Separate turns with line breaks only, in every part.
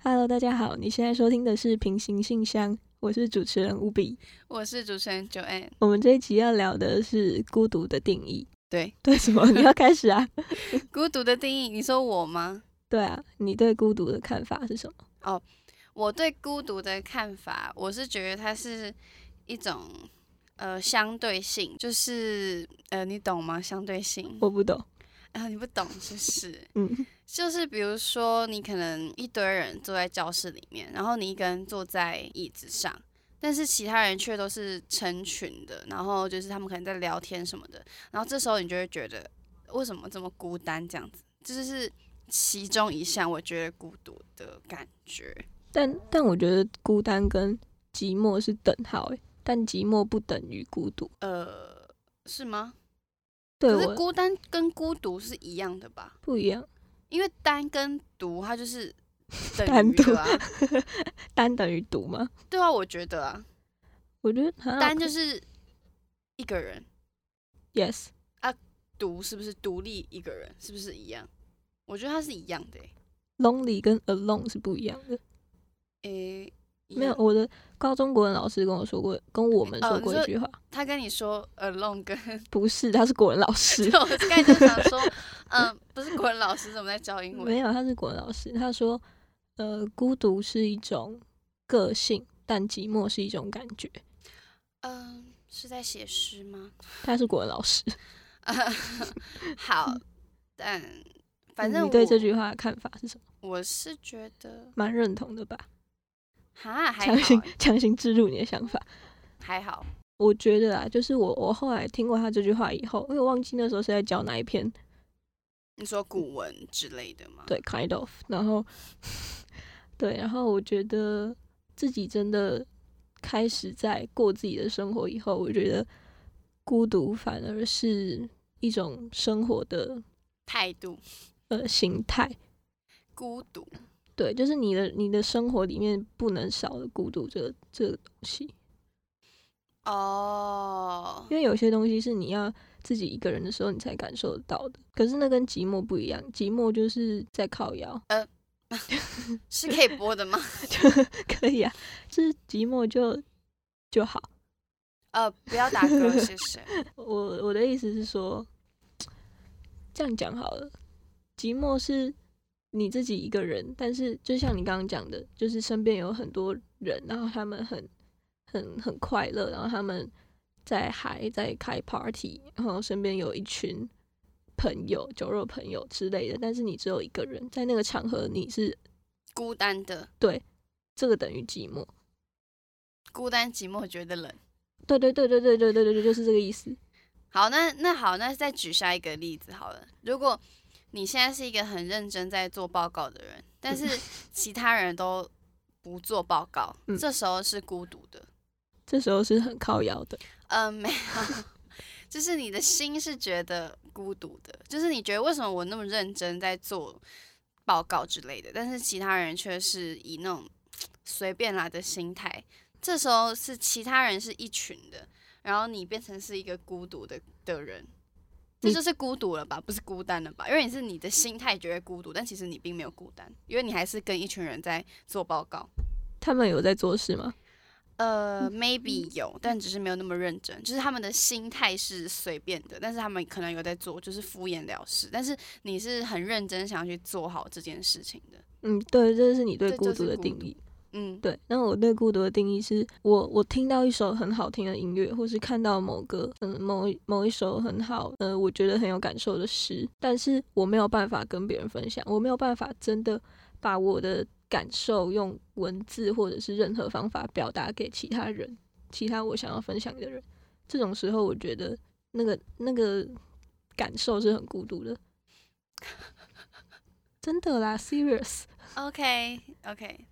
Hello，大家好，你现在收听的是《平行信箱》，我是主持人乌比。
我是主持人 Joanne。
我们这一集要聊的是孤独的定义。
对，
对什么？你要开始啊？
孤独的定义，你说我吗？
对啊，你对孤独的看法是什么？
我对孤独的看法，我是觉得它是一种呃相对性，就是呃你懂吗？相对性
我不懂。
啊、你不懂就是
嗯
就是比如说你可能一堆人坐在教室里面，然后你一个人坐在椅子上。但是其他人却都是成群的，然后就是他们可能在聊天什么的，然后这时候你就会觉得为什么这么孤单这样子，这就是其中一项我觉得孤独的感觉。
但但我觉得孤单跟寂寞是等号诶，但寂寞不等于孤独。
呃，是吗？
对
可是
我
孤单跟孤独是一样的吧？
不一样，
因为单跟独它就是等
单
于的啊，
单等于独吗？
对啊，我觉 得啊，
我觉得啊
单就是一个人，
yes，
独是不是独立一个人，是不是一样？我觉得它是一样的欸、
lonely 跟 alone 是不一样的。
诶、一
没有，
样，
我的高中国文老师跟我说过，跟我们
哦
说
你
过一
说
句话，
他跟你说 alone 跟，
不是，他是国文老师
对，。我刚才就想说， 嗯，不是国文老师怎么在教英
没
文？
有，他是国文老师。他说，呃，孤独是一种个性，但寂寞是一种感觉。
嗯，是在写诗吗？
他是国文老师，
好，但 反正
嗯你对
我
这句话的看法是什么？
我是觉得
蛮认同的吧？
哈，还好
强行
欸
强行植入你的想法，
还好，
我觉得啊，就是我我后来听过他这句话以后，因为我忘记那时候是在教哪一篇，
你说古文之类的吗？
对，kind of，然后对，然后我觉得自己真的开始在过自己的生活以后，我觉得孤独反而是一种生活的
态度
呃形态。
孤独，
对，就是你的你的生活里面不能少的孤独这个这个东西，
哦，
因为有些东西是你要自己一个人的时候你才感受得到的。可是那跟寂寞不一样，寂寞就是在靠摇，
是可以播的吗？
可以啊，就是寂寞就就好。
呃，不要打嗝，谢谢。
我我的意思是说，这样讲好了，寂寞是你自己一个人，但是就像你刚刚讲的，就是身边有很多人，然后他们很很很快乐，然后他们在嗨，在开 party，然后身边有一群朋友、酒肉朋友之类的，但是你只有一个人，在那个场合你是
孤单的，
这个等于寂寞。
孤单寂寞觉得冷。
对对对对对对对对对，就是这个意思。
好，那那好，那再举下一个例子好了。如果你现在是一个很认真在做报告的人，但是其他人都不做报告，
嗯
这时候是孤独的。
这时候是很靠摇的，
嗯，没有， 就是你的心是觉得孤独的，就是你觉得为什么我那么认真在做报告之类的，但是其他人却是以那种随便来的心态，这时候是其他人是一群的，然后你变成是一个孤独的的人。这
你
就是孤独了吧，不是孤单了吧？因为你是你的心态觉得孤独，但其实你并没有孤单，因为你还是跟一群人在做报告。
他们有在做事吗？
呃，maybe 有，但只是没有那么认真。就是他们的心态是随便的，但是他们可能有在做，就是敷衍了事。但是你是很认真想要去做好这件事情的。
嗯，对，这是你对
这
孤
就
独
是
的
孤
定
独
义。
嗯，
对，那我对孤独的定义是我我听到一首很好听的音乐，或是看到某个嗯某一某一首很好呃我觉得很有感受的诗，但是我没有办法跟别人分享，我没有办法真的把我的感受用文字或者是任何方法表达给其他人，其他我想要分享的人。这种时候，我觉得那个那个感受是很孤独的， 真的啦，serious。
OK OK，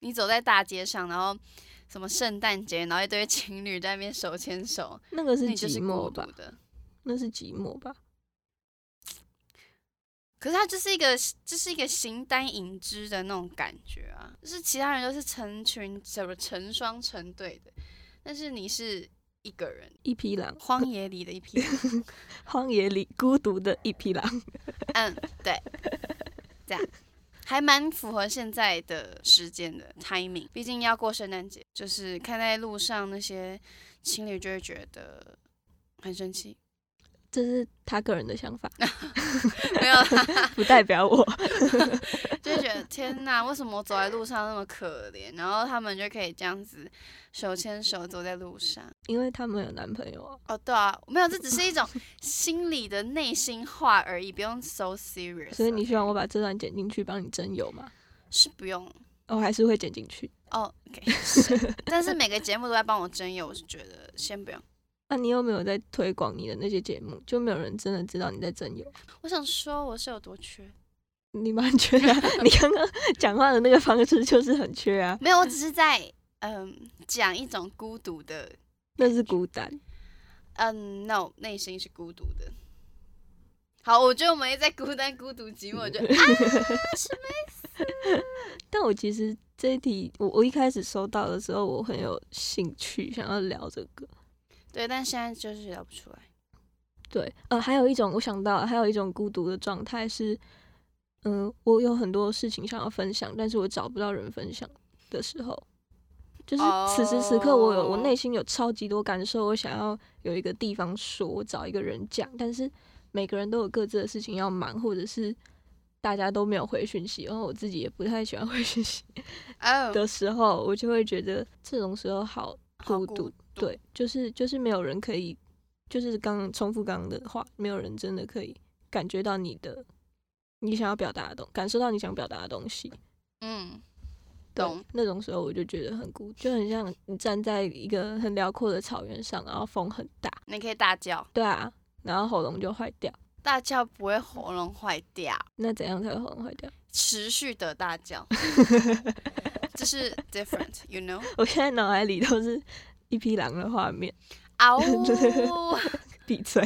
你走在大街上，然后什么圣诞节，然后一堆 情侣在那边手牵手，
那个是
那你就
寂
是孤
寞
独
吧？
的。
那是寂寞吧？
可是它就是一个，这是一个形单影只的那种感觉啊，就是其他人都是成群、什么成双成对的，但是你是一个人，
一匹狼，
荒野里的一匹狼。
荒野里孤独的一匹狼。
嗯，对，这样。还蛮符合现在的时间的 timing。毕竟要过圣诞节，就是看在路上那些情侣就会觉得很生气，
这是他个人的想法，
没有啦，
不代表我。
就会觉得天哪，为什么我走在路上那么可怜？然后他们就可以这样子手牵手走在路上。
因为他们有男朋友啊，
哦，对啊，没有，这只是一种心里的内心话而已，不用 so serious。
所以你希望我把这段剪进去帮你增油吗？
是不用
我还是会剪进去。
哦，OK，是但是每个节目都在帮我征友，我是觉得先不用。
那、你有没有在推广你的那些节目？就没有人真的知道你在真有？
我想说我是有多缺，
你蛮缺啊！ 你刚刚讲话的那个方式就是很缺啊，
没有，我只是在嗯讲一种孤独的，
那是孤单。
嗯，no，内心是孤独的。好，我觉得我们也在孤单、孤独、寂寞，我 觉得
但我其实这一题，我我一开始收到的时候，我很有兴趣想要聊这个。
对，但现在就是聊不出来。
对，呃，还有一种我想到了，还有一种孤独的状态是，嗯、我有很多事情想要分享，但是我找不到人分享的时候，就是此时此刻我有我
哦
内心有超级多感受，我想要有一个地方说，我找一个人讲，但是每个人都有各自的事情要忙，或者是大家都没有回讯息，然后我自己也不太喜欢回讯息
哦、
的时候，我就会觉得这种时候好
好
孤
孤
独，对，就是就是没有人可以，就是刚刚重复刚刚的话，没有人真的可以感觉到你的你想要表达的东，感受到你想表达的东西。
嗯，
对
懂，
那种时候我就觉得很孤，就很像你站在一个很辽阔的草原上，然后风很大，
你可以大叫，
对啊，然后喉咙就坏掉。
大叫不会喉咙坏掉，
那怎样才会喉咙坏掉？
持续的大叫，这是 different，you know。
我现在脑海里都是一匹狼的画面，
嗷
对
呜，
闭嘴，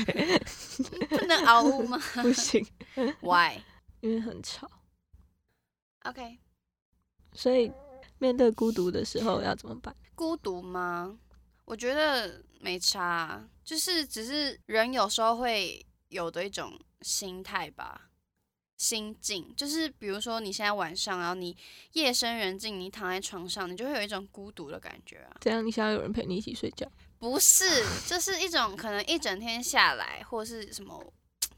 不能嗷呜吗
不行，
？Why？OK，、
因为很吵。
OK，
所以面对孤独的时候要怎么办？
孤独吗？我觉得没差啊，就是只是人有时候会有的一种心态吧，心境。就是比如说你现在晚上，然后你夜深人静，你躺在床上，你就会有一种孤独的感觉啊。
怎样？你想要有人陪你一起睡觉？
不是，就是一种可能一整天下来，或是什么，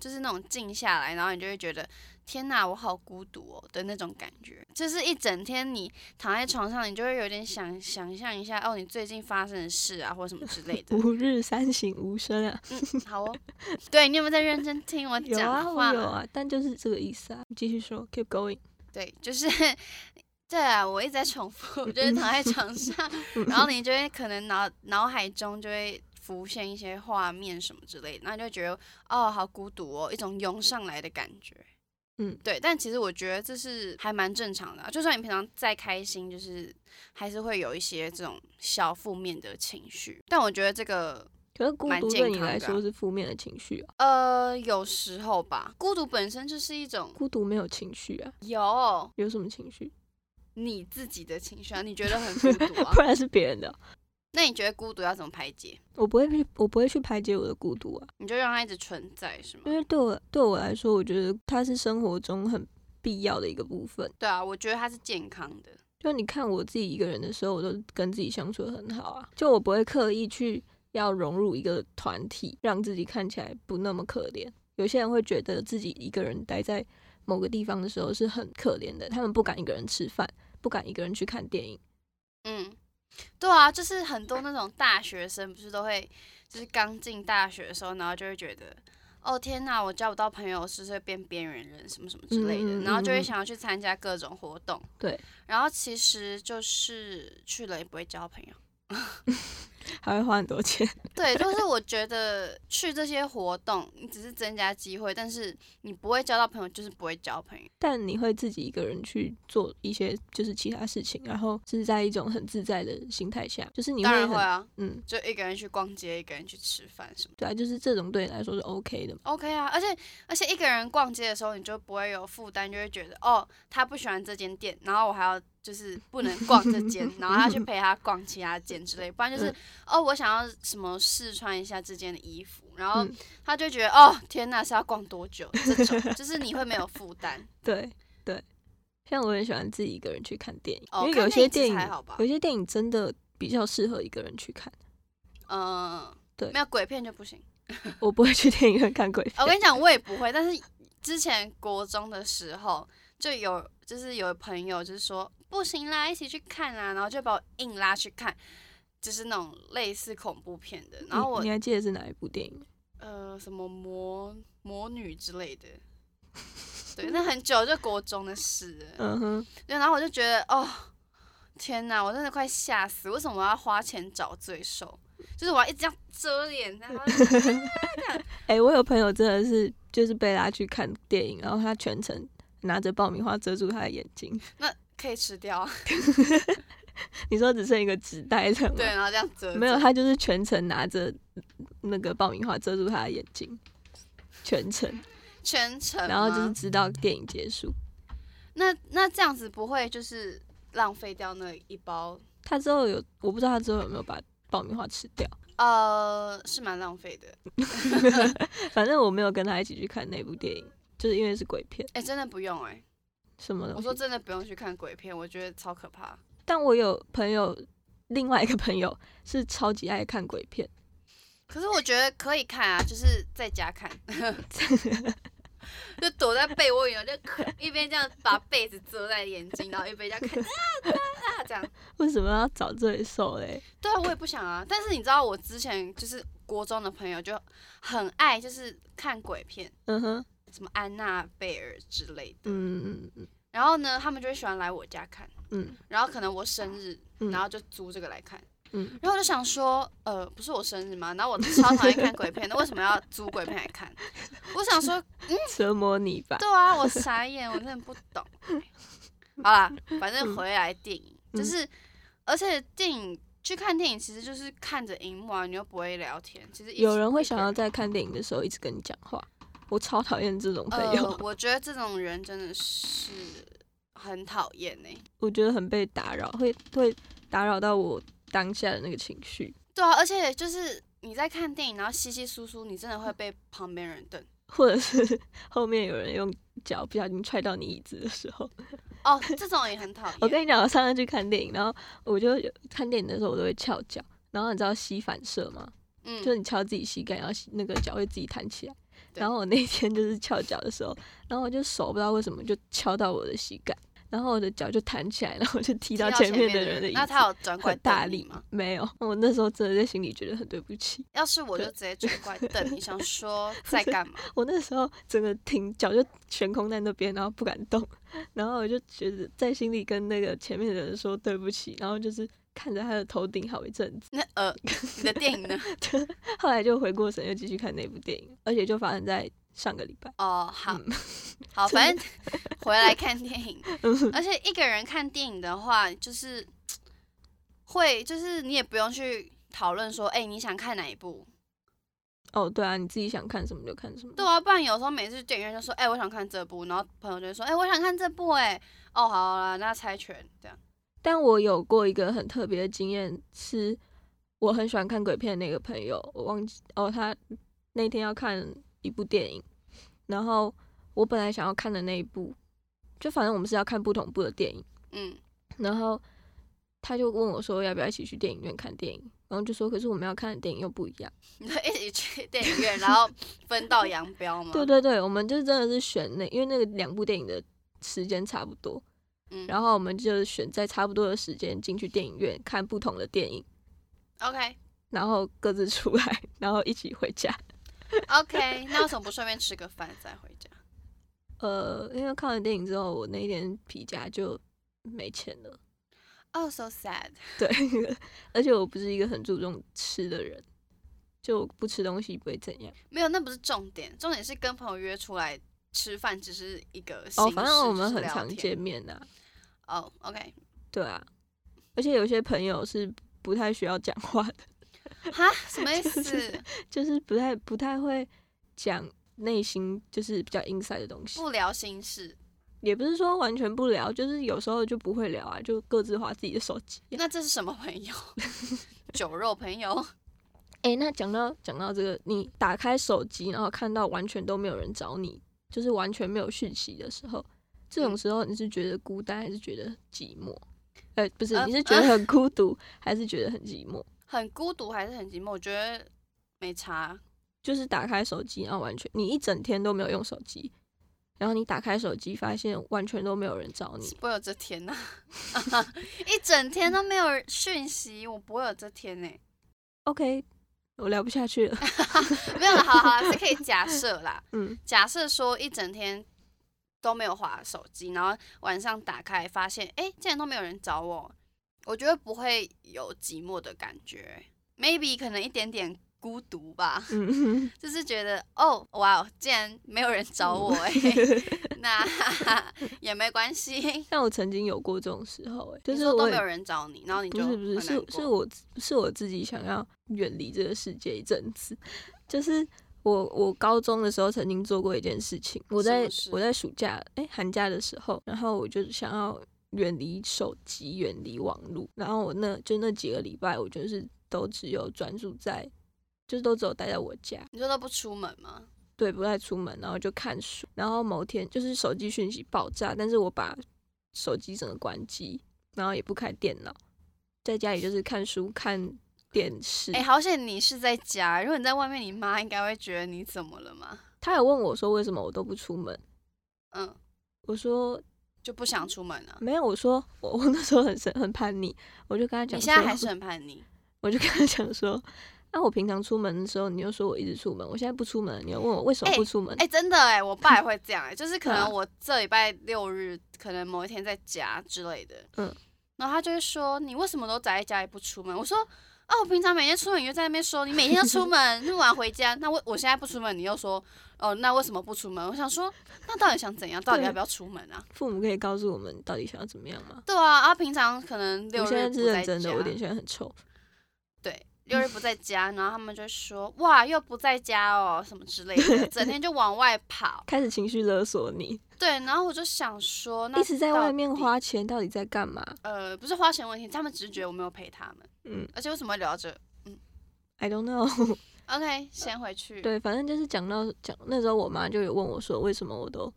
就是那种静下来，然后你就会觉得天哪，我好孤独哦的那种感觉。就是一整天你躺在床上，你就会有点想想象一下，哦，你最近发生的事啊，或什么之类 的。
吾日三省吾身 啊！
嗯，好哦。对你有没有在认真听我
有啊，
讲
我
话？
有啊，但就是这个意思啊。你继续说，keep going。
对，就是对啊，我一直在重复，就是躺在床上，然后你就会可能脑脑海中就会浮现一些画面什么之类的，然后你就觉得哦，好孤独哦，一种涌上来的感觉。
嗯
对，但其实我觉得这是还蛮正常的啊、就算你平常再开心，就是还是会有一些这种小负面的情绪。但我觉得这个
可是孤
蛮
独
健
对你
康
来
的啊
说是负面的情绪啊，
呃，有时候吧，孤独本身就是一种
孤独没有情绪啊，
有
有什么情绪？
你自己的情绪啊，你觉得很孤独啊
不，然是别人的啊。
那你觉得孤独要怎么排解？
我不会去，我不会去排解我的孤独啊，
你就让它一直存在，是吗
因？为对我对我来说，我觉得它是生活中很必要的一个部分。
对啊，我觉得它是健康的。
就你看我自己一个人的时候，我都跟自己相处的很好啊。就我不会刻意去要融入一个团体，让自己看起来不那么可怜。有些人会觉得自己一个人待在某个地方的时候是很可怜的，他们不敢一个人吃饭，不敢一个人去看电影。
嗯，对啊，就是很多那种大学生不是都会，就是刚进大学的时候，然后就会觉得，哦天哪，我交不到朋友，是不是会变边缘人什么什么之类的，
嗯嗯嗯
然后
嗯
就会
嗯
想要去参加各种活动。
对，
然后其实就是去了也不会交朋友。
还会花很多钱。
对，就是我觉得去这些活动，你只是增加机会，但是你不会交到朋友，就是不会交朋友。
但你会自己一个人去做一些就是其他事情，然后是在一种很自在的心态下，就是你
当
会
然
很
会啊，
嗯，
就一个人去逛街，一个人去吃饭什么。
对啊，就是这种对你来说是 OK 的嘛。
OK 啊，而且而且一个人逛街的时候，你就不会有负担，就会觉得哦，他不喜欢这间店，然后我还要就是不能逛这间，然后他去陪他逛其他间之类，不然就是、
嗯
哦，我想要什么试穿一下这件的衣服，然后
嗯
他就觉得哦，天哪，是要逛多久？这种就是你会没有负担，
对，像我也喜欢自己一个人去看电影，
哦
因为
看
有
电
些
影其实
电影
还好吧
有些电影真的比较适合一个人去看。
嗯，
对
没有鬼片就不行。
我不会去电影院看鬼
哦我
片，
跟你讲，我也不会。但是之前国中的时候，就有就是有朋友就是说不行啦，一起去看啦，然后就把我硬拉去看，就是那种类似恐怖片的。然后
你
我
你还记得是哪一部电影吗？
呃什么魔魔女之类的，对，那很久就国中的事了。
嗯哼，
对，然后我就觉得，哦，天哪，我真的快吓死！为什么我要花钱找罪受？就是我要一直这样遮脸，然后
哎、我有朋友真的是就是被拉去看电影，然后他全程拿着爆米花遮住他的眼睛，
那可以吃掉啊，
你说只剩一个纸袋这样吗？
对，，然后这样遮，
嗯没有，，他就是全程拿着那个爆米花遮住他的眼睛，全程，
全嗯程吗。
然后就是直到电影结束。
那那这样子不会就是浪费掉那一包？
他之后有，我不知道他之后有没有把爆米花吃掉，
呃，是蛮浪费的。
反正我没有跟他一起去看那部电影，就是因为是鬼片
哎、真的不用哎、
什么的。
我说真的不用去看鬼片，我觉得超可怕。
但我有朋友，另外一个朋友是超级爱看鬼片，
可是我觉得可以看啊，就是在家看， 就躲在被窝里，然后就一边这样把被子遮在眼睛，然后一边这样看啊啊啊这样。
为什么要找罪受嘞？
对啊，我也不想啊。但是你知道，我之前就是国中的朋友就很爱就是看鬼片，
嗯哼，
什么安娜贝尔之类的。
嗯嗯
然后呢，他们就会喜欢来我家看，
嗯
然后可能我生日，
嗯
然后就租这个来看。
嗯，
然后我就想说，呃，不是我生日吗？然后我超讨厌看鬼片的，为什么要租鬼片来看？我想说，
折磨你吧。
对啊，我傻眼，我真的不懂。欸好啦，反正回来电影、
嗯
就是，而且电影去看电影其实就是看着荧幕啊，你又不会聊天。其实一起
有人会想要
一个
在看电影的时候一直跟你讲话，我超讨厌这种朋
人
友，
呃，我觉得这种人真的是很讨厌呢。欸
我觉得很被打扰，会会打扰到我当下的那个情绪，
对啊，而且就是你在看电影，然后稀稀疏疏，你真的会被旁边人瞪。
或者是 后面有人用脚不小心踹到你椅子的时候。
哦，这种也很讨厌。
我跟你讲，我上次去看电影，然后我就有看电影的时候我都会翘脚，然后你知道膝反射吗？
嗯，
就是你敲自己膝盖，然后那个脚会自己弹起来。
对
然后我那天就是翘脚的时候，然后我就手不知道为什么就敲到我的膝盖，然后我的脚就弹起来，然后我就踢
踢
到
到
前
前
面
面
的人的椅子。
那他有转过来
很大
瞪你
力
吗？？
没有，我那时候真的在心里觉得很对不起。
要是我就
对
直接转过来瞪你，想 说在干嘛？
我那时候整个停脚就悬空在那边，然后不敢动，然后我就觉得在心里跟那个前面的人说对不起，然后就是看着他的头顶好一阵子。
那呃，你的电影呢？
后来就回过神，又继续看那部电影，而且就发生在上个礼拜。
哦，好、
嗯
好，反正回来看电影，
嗯
而且一个人看电影的话，就是会，就是你也不用去讨论说，哎、你想看哪一部？
哦，对啊，你自己想看什么就看什么。
对啊，不然有时候每次去电影院就说，哎、我想看这部，然后朋友就会说，哎、我想看这部、哎，哦，好啦，那猜拳这样。
但我有过一个很特别的经验，是我很喜欢看鬼片的那个朋友，我忘记哦，他那天要看一部电影，然后我本来想要看的那一部，就反正我们是要看不同部的电影，
嗯，
然后他就问我说要不要一起去电影院看电影，然后就说可是我们要看的电影又不一样。
你就一起去电影院，然后分道扬镳吗？
对对对，我们就真的是选那，因为那个两部电影的时间差不多，
嗯
然后我们就选在差不多的时间进去电影院看不同的电影，
，OK
然后各自出来，然后一起回家。
OK，那为什么不顺便吃个饭再回家？
呃，因为看完电影之后，我那一天皮夹就没钱了，
哦、s o sad。
对， 而且我不是一个很注重吃的人，就不吃东西不会怎样。
没有，那不是重点，重点是跟朋友约出来吃饭，只是一个形
哦，
式
反正我们
就是
很
聊
常
天
见面呐、
哦，OK、
对啊，而且有些朋友是不太需要讲话的。
o k 哈，什么意 思？
就是不太不太会讲内心就是比较 inside 的东西，
不聊心事，
也不是说完全不聊，就是有时候就不会聊啊，就各自划自己的手机。
那这是什么朋 友？酒肉朋友？
诶，那讲到讲到这个，你打开手机，然后看到完全都没有人找你，就是完全没有讯息的时候，这
嗯
种时候你是觉得孤单还是觉得寂寞？呃，不是，
呃
你是觉得很孤独还是觉得很寂寞？
很孤独还是很寂寞？我觉得没差，
就是打开手机，然后完全你一整天都没有用手机，然后你打开手机发现完全都没有人找你，
不会有这天呐、 一整天都没有讯息，我不会有这天呢、
OK，我聊不下去了。
没有啦，好啦好啦，是可以假设啦。
嗯，
假设说一整天都没有划手机，然后晚上打开发现，哎、竟然都没有人找我，我觉得不会有寂寞的感觉，maybe 可能一点点孤独吧，
嗯，
就是觉得哦，哇哦，竟然没有人找我、 诶，那 也没关系。
但我曾经有过这种时候、欸，哎，就
你
是
说都
我
没有
很
人找你，然后你
不
就是
不是
很难
是
过
是我自是我自己想要远离这个世界一阵子，就是我我高中的时候曾经做过一件事情，我
什么
在
事
我在暑假哎、寒假的时候，然后我就想要远离手机，远离网络，然后我那就那几个礼拜，我就是都只有专注在，就是都只有待在我家，
你说都不出门吗？
对，不太出门，然后就看书。然后某天就是手机讯息爆炸，但是我把手机整个关机，然后也不开电脑，在家里就是看书、看电视。
哎、好险你是在家，如果你在外面，你妈应该会觉得你怎么了嘛？
他有问我说为什么我都不出门，
嗯，
我说
就不想出门了、啊
没有，我说我我那时候很生很叛逆，我就跟他讲
你
说，
现在还是很叛逆，
我就跟他讲说。那、我平常出门的时候，你又说我一直出门，我现在不出门，你又问我为什么不出门？
哎、真的哎、我爸也会这样哎、就是可
对啊
能我这礼拜六日，可能某一天在家之类的，
嗯
嗯，然后他就会说你为什么都宅在家里不出门？我说哦，我平常每天出门，你就在那边说你每天都出门，那么晚回家，那我我现在不出门，你又说哦，那为什么不出门？我想说那到底想怎样？到底要不要出门啊？
父母可以告诉我们到底想要怎么样吗？
对啊，啊，平常可能六
我现
日
在
不
是
在
认
家，
真的，我脸现在很臭。
对，六日不在家，然后他们就说哇，又不在家哦，什么之类的，整天就往外跑。
开始情绪勒索你，
对，然后我就想说，那
一直在
到
外面
底，
花钱，到底在干嘛？
呃，不是花钱问题，他们只是觉得我没有陪他们，
嗯
而且为什么会聊到这
，I don't know。
？OK，先回 去。
对，反正就是讲到讲那时候，我妈就有问我说，为什么我都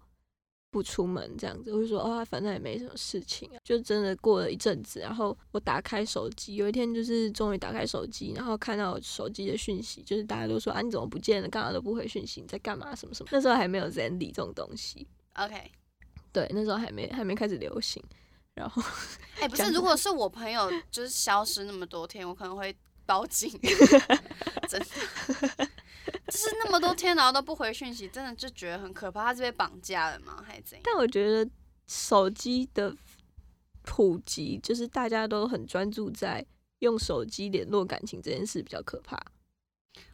不出门这样子？我就说，哦，啊反正也没什么事情啊。就真的过了一阵子，然后我打开手机，有一天就是终于打开手机，然后看到手机的讯息，就是大家都说啊，你怎么不见了？干嘛都不回讯息？你在干嘛？什么什么？那时候还没有 Zendy 这种东西，
，OK，
对，那时候还没还没开始流行。然后
哎、不
讲
是，如果是我朋友就是消失那么多天，我可能会报 警，真的，就是那么多天然后都不回讯息，真的就觉得很可怕。他是被绑架了吗？还是怎样？
但我觉得手机的普及，就是大家都很专注在用手机联络感情这件事比较可怕。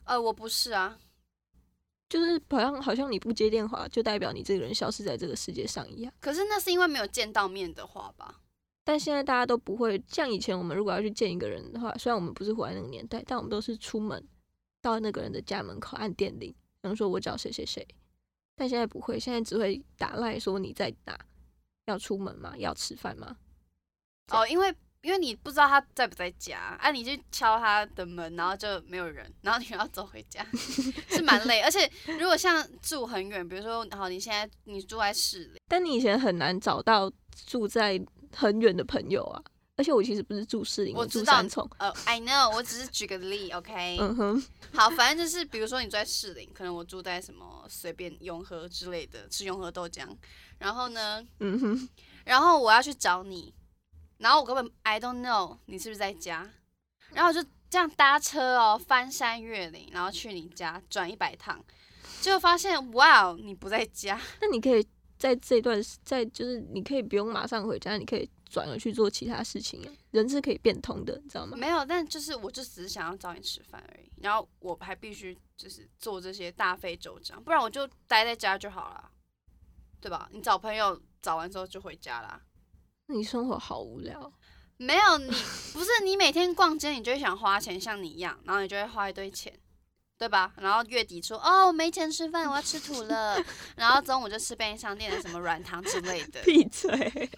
呃，我不是啊，
就是好像好像你不接电话，就代表你这个人消失在这个世界上一样。
可是那是因为没有见到面的话吧？
但现在大家都不会像以前，我们如果要去见一个人的话，虽然我们不是活在那个年代，但我们都是出门到那个人的家门口按电铃，然后说我找谁谁谁。但现在不会，现在只会打赖说你在哪，要出门吗？要吃饭吗？这样
哦，因为因为你不知道他在不在家，啊，你就敲他的门，然后就没有人，然后你又要走回 家，是蛮累。而且如果像住很远，比如说好，你现在你住在市里，
但你以前很难找到住在很远的朋友啊。而且我其实不是住市里，
我
住
知道
三重。
呃，I know，我只是举个例，OK，、
嗯哼，
好，反正就是，比如说你住在士林，可能我住在什么随便永和之类的，吃永和豆浆。然后呢，
嗯哼，
然后我要去找你，然后我根本 I don't know 你是不是在家，然后我就这样搭车哦，翻山越岭，然后去你家转一百趟，结果发现哇哦，你不在家，
那你可以在这一段，在就是你可以不用马上回家，你可以转而去做其他事情啊。人是可以变通的，你知道吗？
没有，但就是我就只是想要找你吃饭而已，然后我还必须就是做这些大费周章，不然我就待在家就好了，对吧？你找朋友找完之后就回家啦。
那你生活好无聊。
呃没有你，不是你每天逛街，你就会想花钱，像你一样，然后你就会花一堆钱，对吧？然后月底说哦，我没钱吃饭，我要吃土了， 然后中午就吃便利商店的什么软糖之类的，
闭嘴。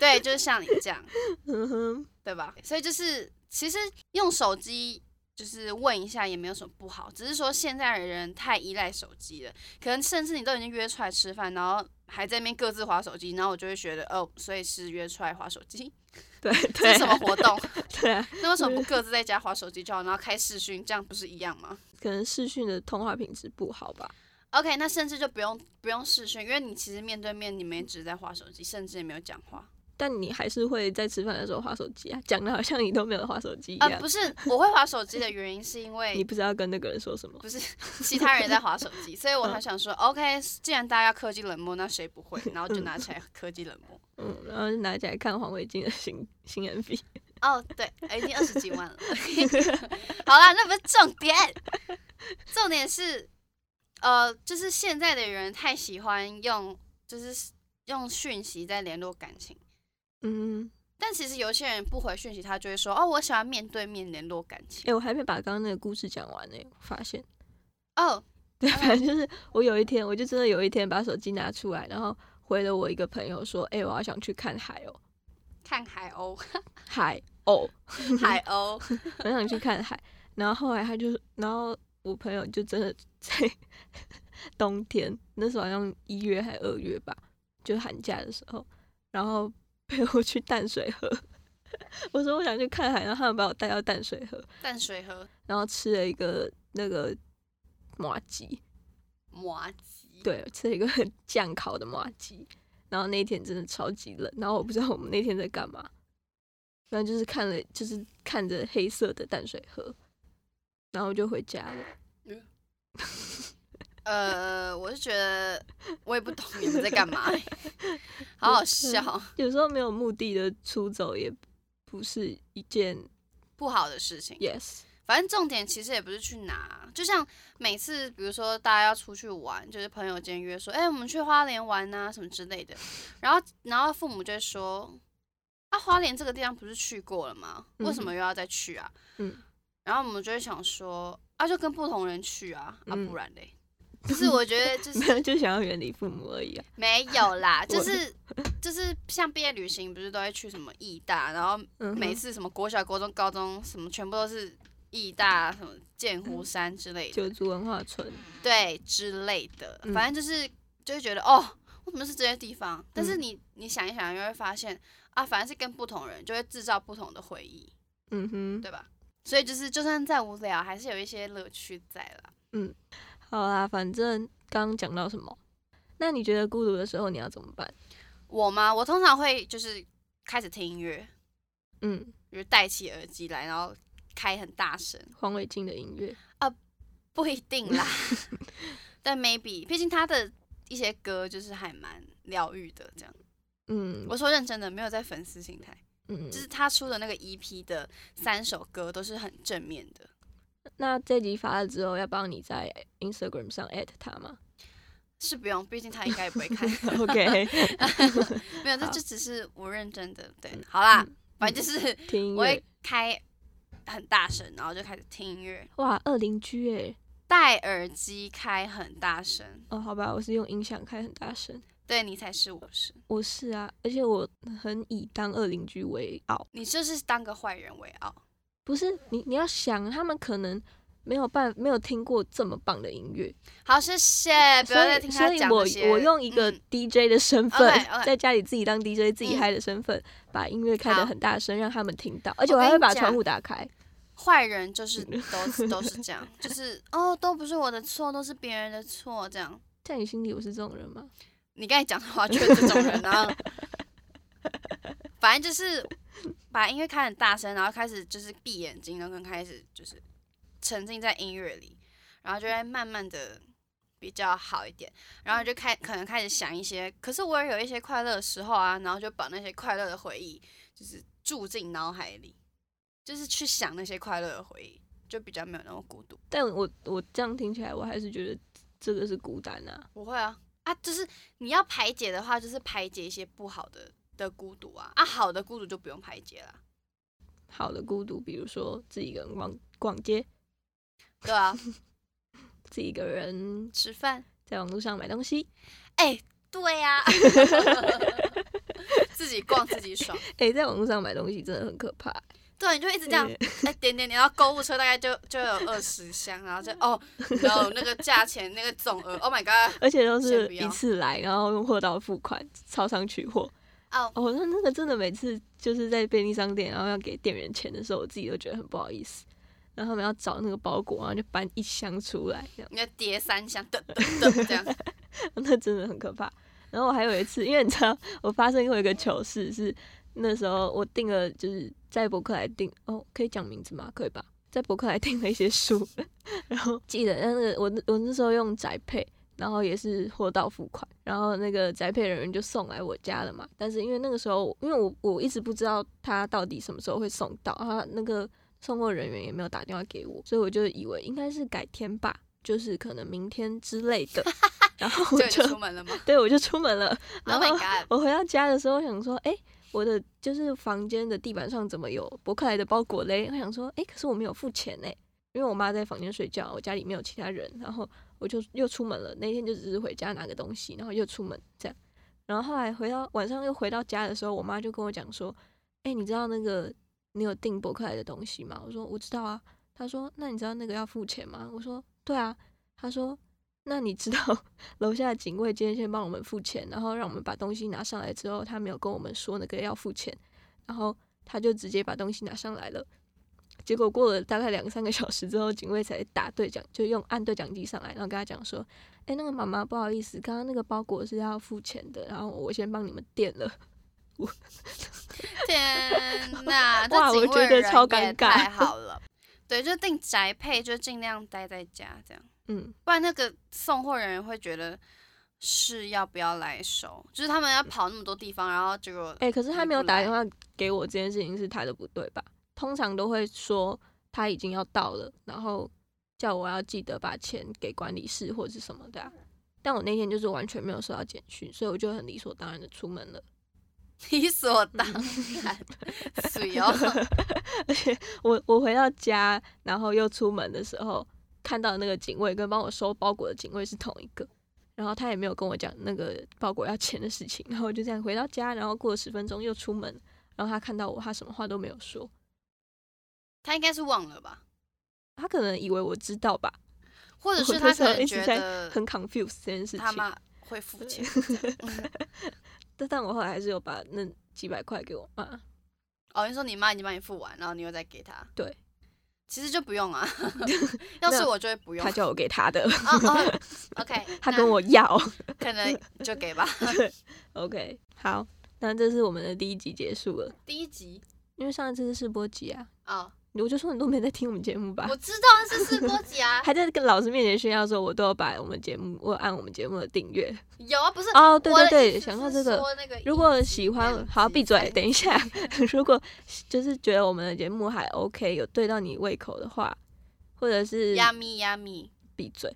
对，就是像你这样，
嗯哼，
对吧？所以就是其实用手机。就是问一下也没有什么不好，只是说现在的人太依赖手机了，可能甚至你都已经约出来吃饭，然后还在那边各自划手机，然后我就会觉得哦，所以是约出来划手机，
对
这
对
是什么活动？
对啊，
那为什么 不各自在家划手机就好，然后开视讯，这样不是一样吗
可能视讯的通话品质不好吧。
？OK，那甚至就不用不用视讯，因为你其实面对面，你们也只是在划手机，甚至也没有讲话。
但你还是会在吃饭的时候划手机啊，讲的好像你都没有划手机一
啊、
样。
不是，我会划手机的原因是因为
你不知道跟那个人说什么。
不是 其他人在划手机，所以我才想说，OK，既然大家科技冷漠，那谁不会？然后就拿起来科技冷漠。
嗯，然后拿起来看黄伟晋的新新 MV。
哦，对，哎已经二十几万了。 好啦，那不是重点，重点是，呃，就是现在的人太喜欢用，就是用讯息在联络感情。
嗯，
但其实有些人不回讯息，他就会说：“哦，我喜欢面对面联络感
哎、
情。
我还没把刚刚那个故事讲完呢、我发现。”
哦，
对，反正就是我有一天，我就真的有一天把手机拿出来，然后回了我一个朋友说：“哎、我好想去看海哦，
看海鸥，
海哦，
海鸥，
很想去看海。”然后后来他就，然后我朋友就真的在 冬天，那时候好像一月还二月吧，就寒假的时候，然后陪我去淡水河。 我说我想去看海，然后他们把我带到淡水河，
淡水河，
然后吃了一个那个麻鸡，
麻吉。
对，吃了一个很酱烤的麻鸡，然后那一天真的超级冷，然后我不知道我们那天在干嘛，然后就是看了，就是看着黑色的淡水河，然后就回家了。
呃，我是觉得我也不懂你们在干 嘛欸、好好笑，
有时候没有目的的出走也不是一件
不好的事情。
yes，
反正重点其实也不是去哪，啊就像每次比如说大家要出去玩，就是朋友间约说：“哎、我们去花莲玩呐、什么之类的。”然后然后父母就会说：“啊，花莲这个地方不是去过了吗？
嗯
为什么又要再去啊？”
嗯，
然后我们就会想说：“啊，就跟不同人去啊，啊，
嗯
不然嘞。”就是我觉得就是
没有就想要远离父母而已啊。
没有啦，就
我
是就是像毕业旅行，不是都会去什么义大，然后
嗯哼，
每次什么国小、国中、高中什么，全部都是义大什么剑湖山之类的，
九族文化村，
对之类的，
嗯
反正就是就会觉得哦，为什么是这些地方？但是
嗯
你你想一想，就会发现啊，反正是跟不同人，就会制造不同的回忆，
嗯哼，
对吧？所以就是就算再无聊，还是有一些乐趣在啦。
好啦，反正刚刚讲到什么，那你觉得孤独的时候你要怎么办？
我吗？我通常会就是开始听音乐，
嗯，
就是戴起耳机来，然后开很大声，
黄伟晋的音乐，
不一定啦， 但 maybe，毕竟他的一些歌就是还蛮疗愈的，这样。
嗯
我说认真的，没有在粉丝心态，
嗯，
就是他出的那个 EP 的三首歌都是很正面的。
那这集发了之后，要帮你在 Instagram 上 at 他 吗
是不用，毕竟他应该也不 会看。
？OK，
没有，这
好嗯
就只是我认真的。对，好啦，反正就是
听音
我
乐
会开很大声，然后就开始听音乐，
哇，二邻居哎，
戴耳机开很大声。
哦，好吧，我是用音响开很大声，
对你才是我是，
我是啊，而且我很以当二邻居为傲，
你就是当个坏人为傲。
不是你你要想，他们可能没有办没有听过这么棒的音乐，
好，谢谢，不
所
要再
以
啊听
所
他
以
讲
我
这些
我用一个
嗯
DJ 的身份，
OK，OK
在家里自己当 DJ 自己
嗯
嗨的身份，把音乐开
好
得很大声，让他们听到，而且
我
我还
跟
会
你
把
讲
窗户打开，
坏人就是都是都是这样，就是哦，都不是我的错，都是别人的错，这样。
在你心里我是这种人吗？
你刚才讲的话就是这种人啊，反正就是把音乐开很大声，然后开始就是闭眼睛，然后开始就是沉浸在音乐里，然后就会慢慢的比较好一点，然后就开可能开始想一些，可是我也有一些快乐的时候啊，然后就把那些快乐的回忆就是住进脑海里，就是去想那些快乐的回忆，就比较没有那么孤独。
但我我这样听起来，我还是觉得这个是孤单啊。
不会啊啊，就是你要排解的话，就是排解一些不好的的孤独啊啊，好的孤独就不用排解啦。
好的孤独，比如说自己一个人逛逛街，
对啊，
自己一个人
吃饭，
在网络上买东西。
哎、对呀、 自己逛自己爽，
诶、在网络上买东西真的很可怕。
对，你就一直这样，哎、点点点，然后购物车大概就就有二十箱，然后就哦，然后那个价钱那个总额，Oh my god，
而且都
先
是
不要
一次来，然后用货到付款，超商取货。
哦，
哦，那那个真的每次就是在便利商店，然后要给店员钱的时候，我自己都觉得很不好意思。然后他们要找那个包裹，然后就搬一箱出来，这样
你就叠三箱，噔噔噔这样，
那真的很可怕。然后我还有一次，因为你知道，我发生过一个糗事，是那时候我订了，就是在博客来订，哦，可以讲名字吗？可以吧？在博客来订了一些书， 然后记得那个我那我那时候用宅配，然后也是货到付款，然后那个宅配人员就送来我家了嘛。但是因为那个时候，因为我我一直不知道他到底什么时候会送到，他那个送货人员也没有打电话给我，所以我就以为应该是改天吧，就是可能明天之类的。然后我
就你
就
就出门了吗
对我就出门了，然
？Oh
后
my god，
我回到家的时候我想说，哎、我的就是房间的地板上怎么有博客来的包裹嘞？我想说，哎、可是我没有付钱哎、因为我妈在房间睡觉，我家里没有其他人，然后我就又出门了。那天就只是回家拿个东西，然后又出门这样。然后后来回到晚上又回到家的时候，我妈就跟我讲说，哎、你知道那个你有订博客来的东西吗？我说我知道啊。她说，那你知道那个要付钱吗？我说对啊。她说，那你知道楼下的警卫今天先帮我们付钱，然后让我们把东西拿上来之后，他没有跟我们说那个要付钱，然后他就直接把东西拿上来了。结果过了大概两三个小时之后，警卫才打对讲，就用按对讲机上来，然后跟他讲说：“哎、那个妈妈，不好意思，刚刚那个包裹是要付钱的，然后我先帮你们垫了。
天哪，
哇
这
我
警卫
觉得
人
超
也
尴尬
太好 了，对，就订宅配就尽量待在家这样。”
嗯，
不然那个送货人员会觉得是要不要来收，就是他们要跑那么多地方，然后结果
哎、可是他
你
没有
不
打
来
电话给我这件事情是他的不对吧？通常都会说他已经要到了，然后叫我要记得把钱给管理室或者什么的啊、但我那天就是完全没有收到简讯，所以我就很理所当然的出门了。 嗯
理所当 然，水哦，
而且我我回到家，然后又出门的时候，看到那个警卫跟帮我收包裹的警卫是同一个，然后他也没有跟我讲那个包裹要钱的事情，然后我就这样回到家，然后过了十分钟又出门，然后他看到我，他什么话都没有说，
他应该是忘了吧，
他可能以为我知道吧，
或者
我
是
那
他
时
可
候
能
一直
觉
在
得
很 confused 这件事
嗯他
情。
妈会付 钱这样。嗯
但但我后来还是有把那几百块给我妈，
哦，你说你妈已经帮你付完，然后你又再给他，
对，
其实就不 用啊，要是
那
我就会不用
他。叫我给他 的，
哦 哦，OK，
他
那
跟我要。
可能就给吧。
OK，好，那这是我们的第一集结束了，
第一集
因为上一次是试播集啊，
哦，
我就说你都没在听我们节目吧
我？知道那是试播集 啊，
还在跟老师面前炫耀说，我都有把我们节目，我有按我们节目的订阅。
有啊，不是
哦，对
我
对
的
对，
意思
想到
是
这个，
说那个
如果
一集
喜欢
两，
好
集
闭嘴，
三
等一下。 如果就是觉得我们的节目还 OK，有对到你胃口的话，或者是
Yummy Yummy，
闭嘴，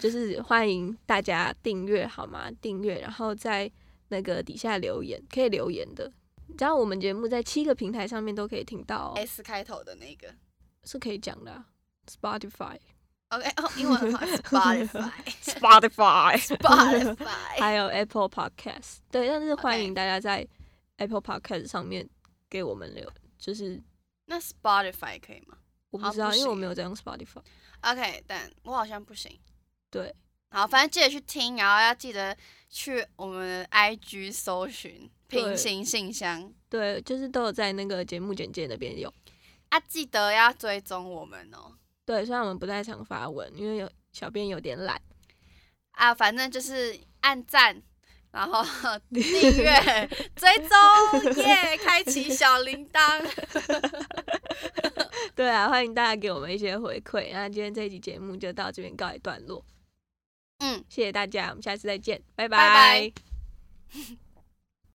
就是欢迎大家订阅好吗？订阅，然后在那个底下留言，可以留言的。只要我们节目在七个平台上面都可以听到、哦，
S 开头的那个。
是可以讲的啊、Spotify、
OK，哦，英文 很好，Spotify，Spotify，
Spotify 还有 Apple Podcast，对，但是欢
哎 OK
迎大家在 Apple Podcast 上面给我们留，就是
那 Spotify 可以吗
我不
好
知道，
不
因为我
行哦
没有在用 Spotify。
？OK，但我好像不行。
对，
好，反正记得去听，然后要记得去我们的 IG 搜寻
对
平行信箱
对，就是都有在那个节目简介那边有。
啊，记得要追踪我们哦。
对，虽然我们不太常发文，因为有小编有点懒，
啊，反正就是按赞，然后订阅、追踪，耶，开启小铃铛。
对啊，欢迎大家给我们一些回馈。那今天这一期节目就到这边告一段落，
嗯，
谢谢大家，我们下次再见，拜
拜拜